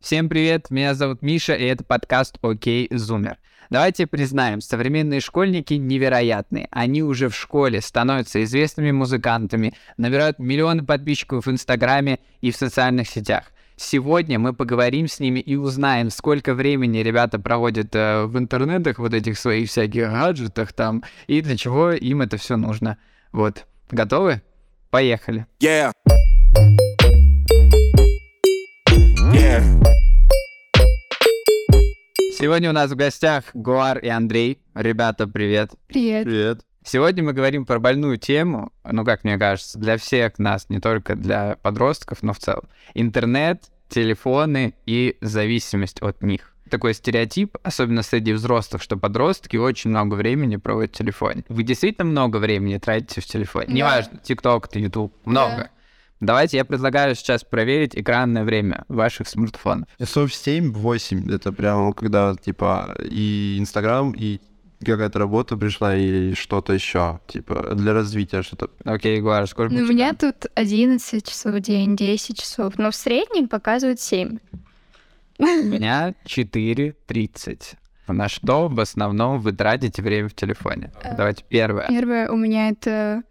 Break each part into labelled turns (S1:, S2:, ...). S1: Всем привет, меня зовут Миша, и это подкаст «Окей, Зумер». Давайте признаем, современные школьники невероятные. Они уже в школе становятся известными музыкантами, набирают миллионы подписчиков в Инстаграме и в социальных сетях. Сегодня мы поговорим с ними и узнаем, сколько времени ребята проводят э, в интернетах, вот этих своих всяких гаджетах там, и для чего им это все нужно. Вот, готовы? Поехали.
S2: Yeah. Yeah.
S1: Сегодня у нас в гостях Гуар и Андрей. Ребята, привет.
S3: Привет.
S4: Привет.
S1: Сегодня мы говорим про больную тему, ну, как мне кажется, для всех нас, не только для подростков, но в целом. Интернет, телефоны и зависимость от них. Такой стереотип, особенно среди взрослых, что подростки очень много времени проводят в телефоне. Вы действительно много времени тратите в телефоне?
S3: Да.
S1: Неважно, ТикТок, Ютуб, много. Давайте я предлагаю сейчас проверить экранное время ваших смартфонов.
S4: Часов 7-8, это прям когда, типа, и Инстаграм, и какая-то работа пришла, и что-то еще, типа, для развития что-то.
S1: Окей, Гуар, сколько
S3: Ну,
S1: у
S3: у
S1: тебя?
S3: меня тут 11 часов в день, 10 часов, но в среднем показывают 7.
S1: У меня 4.30. На что в основном вы тратите время в телефоне? Давайте первое.
S3: Первое у меня это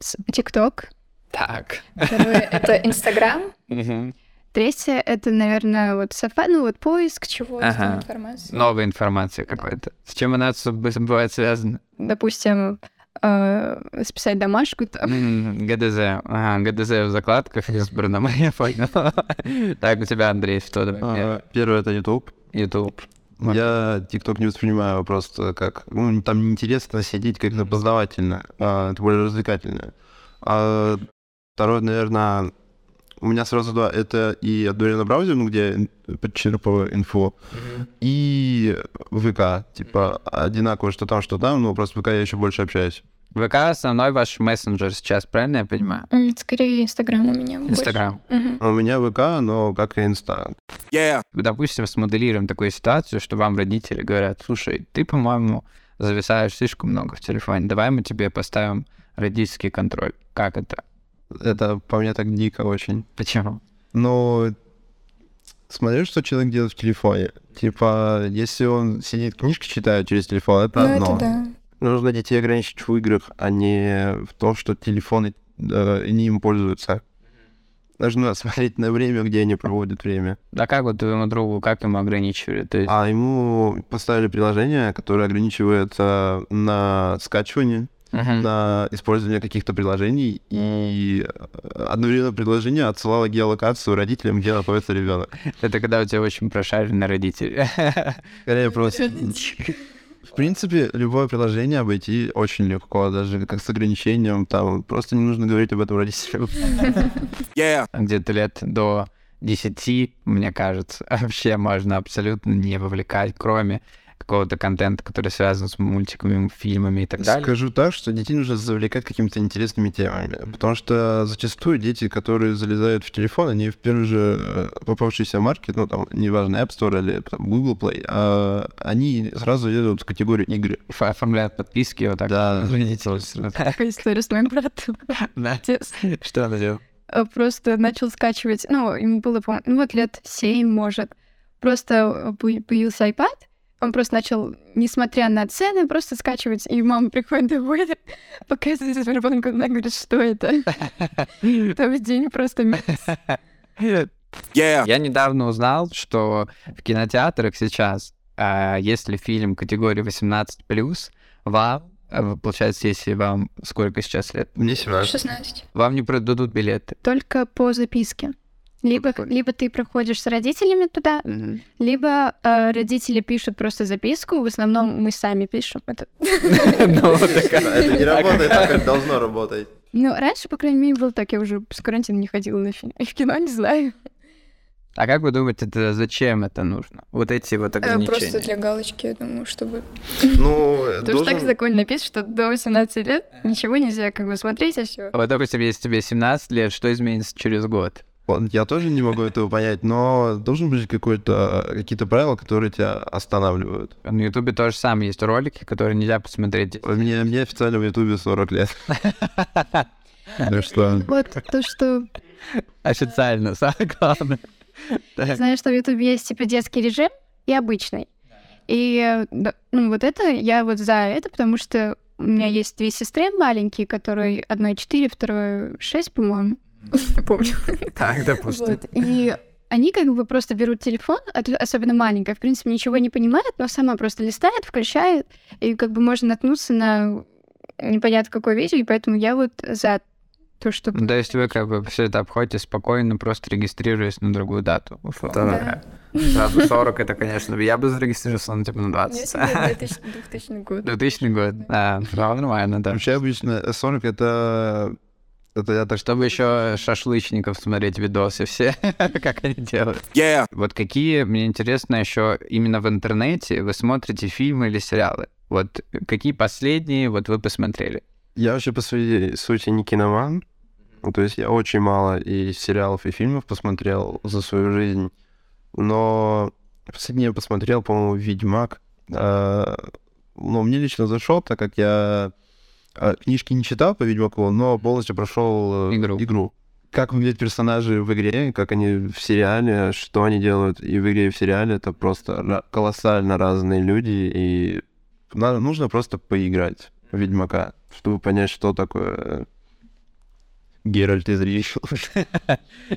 S3: с- ТикТок,
S1: Так.
S3: второе это Инстаграм,
S1: Новая
S3: третье это, наверное, вот сафа, ну вот поиск чего-то,
S1: Ага.
S3: информации.
S1: информация какая-то. С чем она отсо- бы- бывает связана?
S3: Допустим, э, списать домашку там.
S1: М, ГДЗ. Ага, ГДЗ в закладках избрано. Я понял. Так, у тебя, Андрей, что там?
S4: А, Первое это YouTube.
S1: Ютуб. Вот.
S4: Я ТикТок не воспринимаю просто как... Ну, там неинтересно сидеть как-то познавательно, а, это более развлекательно. А второе, наверное, у меня сразу два. Это и одновременно браузер, ну, где ин- подчерпываю инфу, и ВК. Типа одинаково, что там, что там, но просто в ВК я еще больше общаюсь.
S1: ВК основной ваш мессенджер сейчас, правильно я понимаю?
S3: М, Скорее Инстаграм у меня. больше.
S1: Инстаграм.
S3: Мгм.
S4: А У меня ВК, но как и Инста.
S2: Yeah.
S1: допустим, смоделируем такую ситуацию, что вам родители говорят, слушай, ты, по-моему, зависаешь слишком много в телефоне, давай мы тебе поставим родительский контроль. Как это?
S4: Это по мне так дико очень.
S1: Почему?
S4: Но смотри, что человек делает в телефоне. Типа, если он сидит книжки читает через телефон, это
S3: Ну,
S4: одно.
S3: это да.
S4: Нужно детей ограничить в играх, а не в том, что телефоны э, не им пользуются. Нужно смотреть на время, где они проводят время.
S1: Да как вот твоему другу, как ему ограничивали? То есть,
S4: А ему поставили приложение, которое ограничивает э, на скачивание,
S1: А, Мгм.
S4: на использование каких-то приложений, и э, одновременно приложение отсылало геолокацию родителям, где находится ребенок.
S1: это когда у тебя очень прошаренные родители.
S4: Скорее просто. В принципе, любое приложение обойти очень легко, даже как с ограничением, там просто не нужно говорить об этом родителям.
S2: Yeah.
S1: Где-то лет до 10, мне кажется, вообще можно абсолютно не вовлекать, кроме какого-то контента, который связан с мультиками, фильмами и так далее.
S4: Скажу так, что детей нужно завлекать какими-то интересными темами, потому что зачастую дети, которые залезают в телефон, они в первый же э, попавшийся маркет, ну там, неважно, App Store или там, Google Play, а, они сразу едут в категорию игры.
S1: Ф- Оформляют подписки вот так.
S4: Да.
S1: Родители.
S3: Такая история с моим братом.
S1: Да.
S3: Отец.
S1: Что она делала?
S3: э, просто начал скачивать, ну, ему было, по ну, вот лет 7, может. Просто э, пой- появился iPad, он просто начал, несмотря на цены, просто скачивать. И мама приходит домой, показывает Сбербанк, она говорит, что это? Там в день просто месяц.
S5: А.
S2: Yeah.
S1: Я недавно узнал, что в кинотеатрах сейчас, а, если фильм категории 18+, вам, а, вы, получается, если вам сколько сейчас лет,
S4: Мне 17.
S3: 16.
S1: вам не продадут билеты.
S3: Только по записке. Либо, либо ты проходишь с родителями туда, либо э, родители пишут просто записку. В основном мы сами пишем. Это
S1: Ну, вот такая.
S4: Это не работает так, как должно работать.
S3: Ну, раньше, по крайней мере, было так. Я уже с карантина не ходила на фильм. И в кино не знаю.
S1: А как вы думаете, это зачем это нужно? Вот эти вот
S5: Э, Просто
S1: ограничения.
S5: для галочки, я думаю, чтобы...
S4: Ну,
S3: Потому что так в законе написано, что до 18 лет ничего нельзя как бы смотреть, а все.
S1: Вот, допустим, если тебе 17 лет, что изменится через год?
S4: Вот Я тоже не могу этого понять, но должен быть какой-то э, какие-то правила, которые тебя останавливают.
S1: На Ютубе то же самое. Есть ролики, которые нельзя посмотреть.
S4: Мне, мне официально в Ютубе 40 лет. Ну Так что
S3: Вот то, что
S1: Официально, самое главное.
S3: Знаешь, что в Ютубе есть типа детский режим и обычный. И да, ну, вот это я вот за это, потому что у меня есть две сестры маленькие, которые одной 4, второй 6, по-моему. Не помню.
S5: Так, допустим.
S3: Вот. И они как бы просто берут телефон, от- особенно маленькая, в принципе, ничего не понимает, но сама просто листает, включает, и как бы можно наткнуться на непонятно какое видео, и поэтому я вот за то, чтобы...
S1: Ну, То есть вы как бы все это обходите спокойно, просто регистрируясь на другую дату. условно.
S5: Да.
S3: Да.
S5: Сразу 40 это, конечно, я бы зарегистрировался, ну, типа, на 20.
S3: 2000 год.
S1: 2000 год. А, ну, нормально, да.
S4: Вообще обычно 40 это... Это я так что...
S1: Чтобы еще шашлычников смотреть видосы все, как они делают.
S2: yeah,
S1: Вот какие, мне интересно, еще именно в интернете вы смотрите фильмы или сериалы? Вот какие последние вот вы посмотрели?
S4: Я вообще по своей сути не киноман. Ну, То есть я очень мало и сериалов, и фильмов посмотрел за свою жизнь. Но последний я посмотрел, по-моему, «Ведьмак». А, Но мне лично зашел, так как я а, книжки не читал по «Ведьмаку», но полностью прошел э,
S1: Игру.
S4: Как выглядят персонажи в игре, как они в сериале, что они делают и в игре, и в сериале. Это просто ра- колоссально разные люди, и на- нужно просто поиграть в Ведьмака, чтобы понять, что такое э, Геральт из Риши.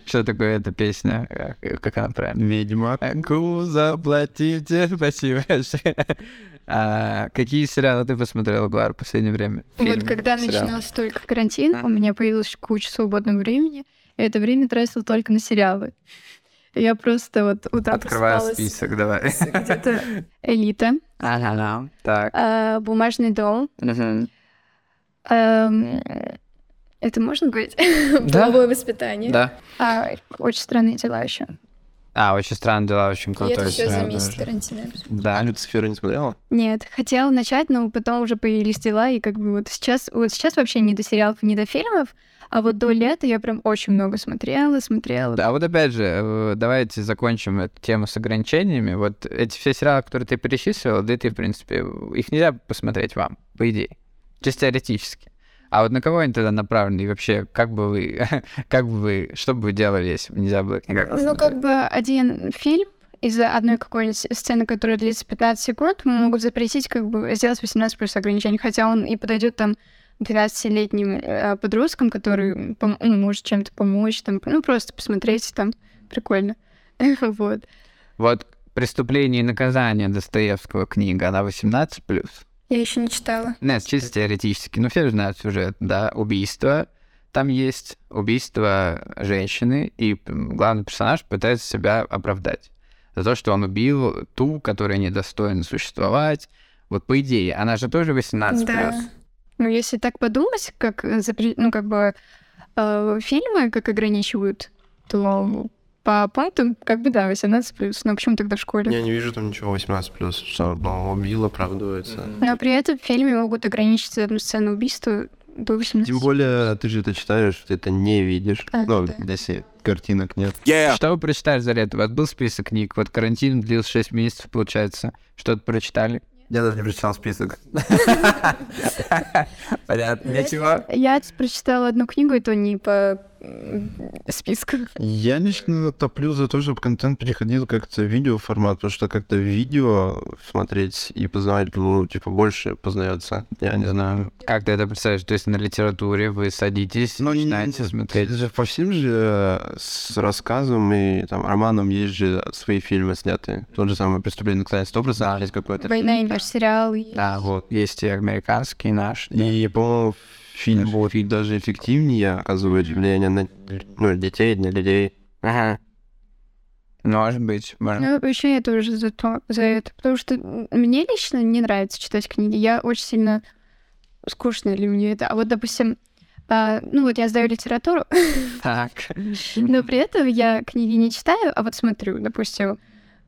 S1: Что такое эта песня? Как- Как она правильно?
S4: Ведьмак.
S1: Ку заплатите, спасибо. А, какие сериалы ты посмотрел, Глар, в последнее время?
S3: Вот
S1: Фильмы,
S3: когда
S1: сериалы?
S3: начинался только карантин, у меня появилась куча свободного времени, и это время тратила только на сериалы. Я просто вот утром
S5: Открываю
S3: просыпалась,
S5: список, давай.
S3: Где-то элита,
S1: Ага, Так.
S3: а, бумажный дом.
S1: Мгм.
S3: эм, Это можно говорить? Половое воспитание.
S1: Да.
S3: А, очень странные дела еще.
S1: А, очень странные дела, очень
S6: И
S1: крутой
S6: это все за
S1: сериал
S6: месяц
S1: даже.
S6: карантина.
S4: А
S1: Да.
S4: Люцифера не смотрела?
S3: Нет, хотела начать, но потом уже появились дела, и как бы вот сейчас, вот сейчас вообще не до сериалов, не до фильмов, а вот до лета я прям очень много смотрела, смотрела.
S1: Да, А вот опять же, э, давайте закончим эту тему с ограничениями. Вот эти все сериалы, которые ты перечислил, да и ты, в принципе, их нельзя посмотреть вам, по идее. Чисто теоретически. А вот на кого они тогда направлены? И вообще, как бы вы, как бы вы, что бы вы делали, если бы нельзя было их никак
S3: Ну,
S1: посмотреть?
S3: как бы один фильм из-за одной какой-нибудь сцены, которая длится 15 секунд, могут запретить, как бы сделать 18 плюс ограничений, хотя он и подойдет там 12-летним э, подросткам, который пом- ну, может чем-то помочь, там, ну, просто посмотреть, там, прикольно. Вот.
S1: Вот «Преступление и наказание» Достоевского книга, она 18+. плюс.
S6: Я еще не читала.
S1: Нет, чисто теоретически. Ну, все же знают сюжет, да. Убийство там есть, убийство женщины, и м, главный персонаж пытается себя оправдать за то, что он убил ту, которая недостойна существовать. Вот по идее, она же тоже 18+.
S6: Да.
S3: Ну, если так подумать, как э, запре- ну, как бы э, фильмы как ограничивают, то по пунктам, как бы, да, 18 плюс. Но почему тогда в школе?
S4: не вижу там ничего 18+, плюс. Что, убил, оправдывается.
S3: Но при этом в фильме могут ограничить одну сцену убийства до 18.
S4: Тем более, ты же это читаешь, ты это не видишь.
S3: А,
S4: ну,
S3: да.
S4: если картинок нет.
S2: yeah,
S1: Что вы прочитали за лето? У вас был список книг? Вот карантин длился 6 месяцев, получается. Что-то прочитали?
S5: Я даже не прочитал список. Понятно, ничего.
S3: Я прочитала одну книгу, и то не по м, списку.
S4: Я лично топлю за то, чтобы контент переходил как-то в видеоформат, потому что как-то видео смотреть и познавать, ну, типа, больше познается. Я не знаю.
S1: Как ты это представляешь? То есть на литературе вы садитесь,
S4: Ну, не-
S1: начинаете
S4: не-
S1: смотреть?
S4: Это же по всем же э, с рассказом и там романом есть же свои фильмы снятые. Тот же самый «Преступление наказания 100%» есть какой-то.
S3: Война и мир сериал. и-
S1: Да, вот. Есть и американский, и наш. да.
S4: И, по-моему, фильм
S1: Даже
S4: был даже эффективнее оказывает влияние на ну, детей, на людей.
S5: Ага.
S1: Может быть. может
S3: Ну, вообще, я тоже за, то, за это. Потому что м, мне лично не нравится читать книги. Я очень сильно... Скучно для меня это. А вот, допустим, а, ну вот я сдаю литературу,
S1: Так.
S3: но при этом я книги не читаю, а вот смотрю, допустим,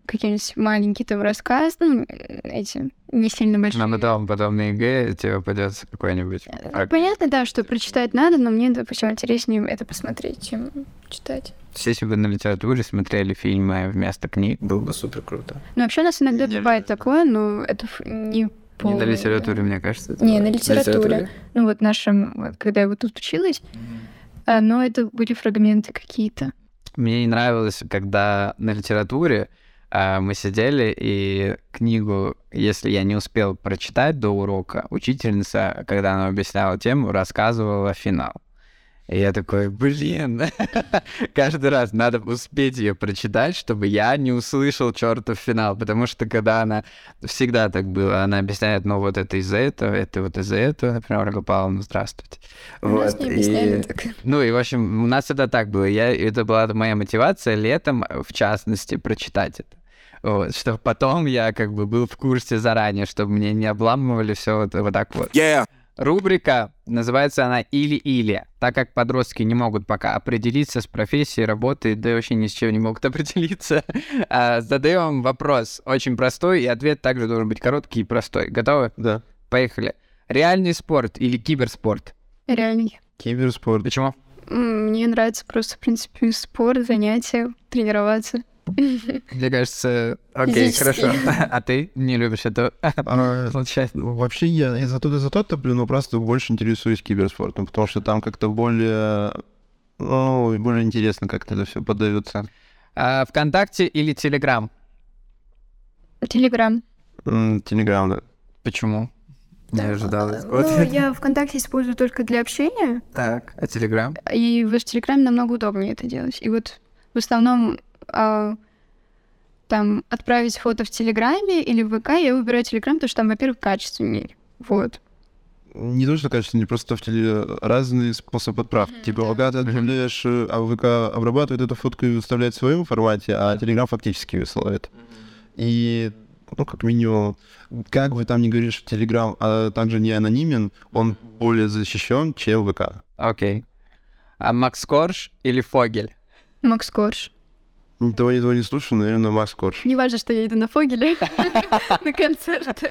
S3: какие-нибудь маленькие там рассказы, ну, эти, не сильно большие.
S1: Нам потом, потом на ЕГЭ тебе придется какой-нибудь.
S3: Ну,
S1: А
S3: Понятно, да, что прочитать надо, но мне, допустим, интереснее это посмотреть.
S6: Смотреть, чем читать.
S1: Если бы на литературе смотрели фильмы вместо книг,
S5: Было бы супер круто.
S3: Ну, вообще у нас иногда бывает такое, но это ф- не
S1: не
S3: полное,
S1: на
S3: да.
S1: литературе, мне кажется. это
S6: Не,
S1: было.
S6: на литературе.
S3: Ну, вот нашим, вот, когда я вот тут училась, а, но это были фрагменты какие-то.
S1: Мне не нравилось, когда на литературе а, мы сидели, и книгу, если я не успел прочитать до урока, учительница, когда она объясняла тему, рассказывала финал. И я такой, блин, каждый раз надо успеть ее прочитать, чтобы я не услышал чертов финал, потому что когда она всегда так было, она объясняет, ну вот это из-за этого, это вот из-за этого, например, Ольга Павловна, здравствуйте.
S6: Нас
S1: Вот,
S6: не
S1: и-
S6: объясняли так.
S1: ну и, в общем, у нас всегда так было. Я, это была моя мотивация летом, э, в частности, прочитать это. Вот, чтобы потом я как бы был в курсе заранее, чтобы мне не обламывали все вот, вот так вот.
S2: yeah,
S1: Рубрика называется она «Или-или», так как подростки не могут пока определиться с профессией, работой, да и вообще ни с чем не могут определиться. А, Задаю вам вопрос очень простой, и ответ также должен быть короткий и простой. Готовы?
S4: Да.
S1: Поехали. Реальный спорт или киберспорт?
S3: Реальный.
S4: Киберспорт.
S1: Почему?
S3: М, Мне нравится просто, в принципе, спорт, занятия, тренироваться.
S1: Мне кажется,
S5: Окей,
S6: Физически.
S5: хорошо.
S1: А ты не любишь это
S4: А,
S1: получается.
S4: Вообще я и за тот, и за тот топлю, но ну, просто больше интересуюсь киберспортом, потому что там как-то более... Ну, более интересно как-то это все подается.
S1: А, ВКонтакте или Телеграм?
S3: Телеграм.
S4: М, Телеграм, да.
S1: Почему?
S5: Не ожидал.
S6: Э,
S5: Вот.
S6: Ну, я ВКонтакте использую только для общения.
S5: Так, а Телеграм?
S3: И в Телеграме намного удобнее это делать. И вот в основном а, там отправить фото в Телеграме или в ВК, я выбираю Телеграм, потому что там, во-первых, качественнее. Вот.
S4: Не то, что качество, не просто в теле э, разный способ отправки. типа, когда ты отправляешь, э, а ВК обрабатывает эту фотку и выставляет в своем формате, а Телеграм фактически высылает. И, ну, как минимум, как бы там ни говоришь, что Телеграм а, также не анонимен, он более защищен, чем ВК.
S1: Окей. А Макс Корж или Фогель?
S3: Макс Корж.
S4: Ни того, ни того не слушаю, наверное, Макс Корж.
S3: Не важно, что я иду на Фогеля на концерт.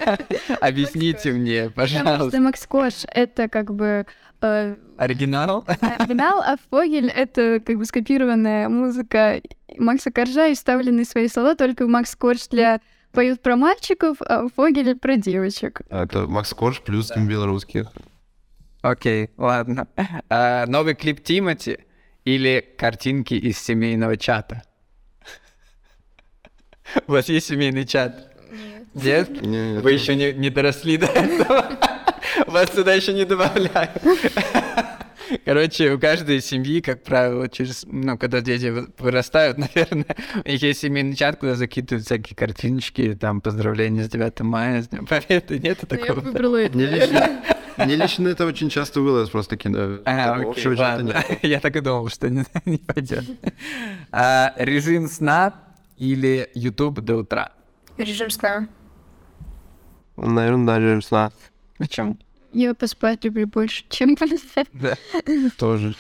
S1: Объясните мне,
S3: Потому
S1: пожалуйста.
S3: что Макс Корж — это как бы э,
S1: Оригинал?
S3: оригинал, а Фогель — это как бы скопированная музыка Макса Коржа и вставленные свои слова, только Макс Корж для поют про мальчиков, а Фогель про девочек.
S4: А, Это Макс Корж плюс белорусских.
S1: Окей, ладно. А, Новый клип Тимати или картинки из семейного чата? У вас есть семейный чат? Нет?
S4: Не,
S1: Вы еще не, не доросли до этого. Вас сюда еще не добавляют. Короче, у каждой семьи, как правило, через, ну, когда дети вы- вырастают, наверное, у них есть семейный чат, куда закидывают всякие картиночки, там, поздравления с 9 мая, с Днем Победы, нет
S3: Но я
S1: такого?
S3: выбрала это.
S4: Мне лично, мне лично это очень часто было, просто кидаю.
S1: А,
S4: Такого
S1: окей,
S4: общего чата
S1: ладно.
S4: нет.
S1: Я так и думал, что не, не пойдет. режим сна или YouTube до утра?
S6: Режим сна.
S4: Наверное, даже сна.
S1: Почему?
S3: Я поспать люблю больше, чем полистать.
S4: Тоже.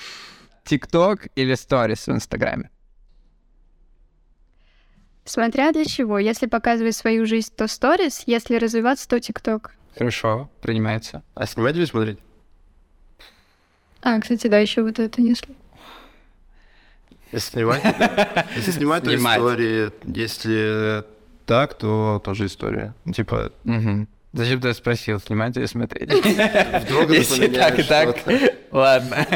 S1: ТикТок или сторис в Инстаграме?
S3: Смотря для чего. Если показывать свою жизнь, то сторис, если развиваться, то тикток.
S1: Хорошо, принимается.
S4: А снимать или смотреть?
S3: А, кстати, да, еще вот это если.
S4: Если снимать, если снимать, то
S1: Снимать.
S4: истории. Если так, то тоже история. Типа,
S1: Угу. Зачем ты спросил, снимать или смотреть?
S4: вдруг
S1: Если так и
S4: запоминаешь
S1: так,
S4: что-то.
S1: ладно.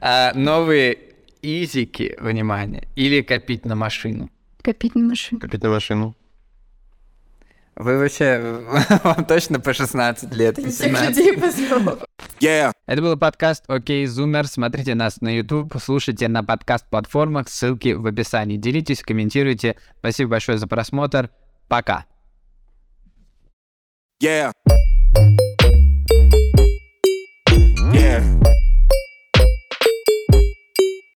S1: А, Новые изики, внимание, или копить на машину?
S3: Копить на машину.
S4: Копить на машину.
S5: Вы вообще, вам точно по 16 лет?
S6: Всех
S5: 18?
S6: людей позвал.
S2: yeah,
S1: Это был подкаст «Окей, Зумер». Смотрите нас на YouTube, слушайте на подкаст-платформах, ссылки в описании. Делитесь, комментируйте. Спасибо большое за просмотр. Пока.
S2: yeah.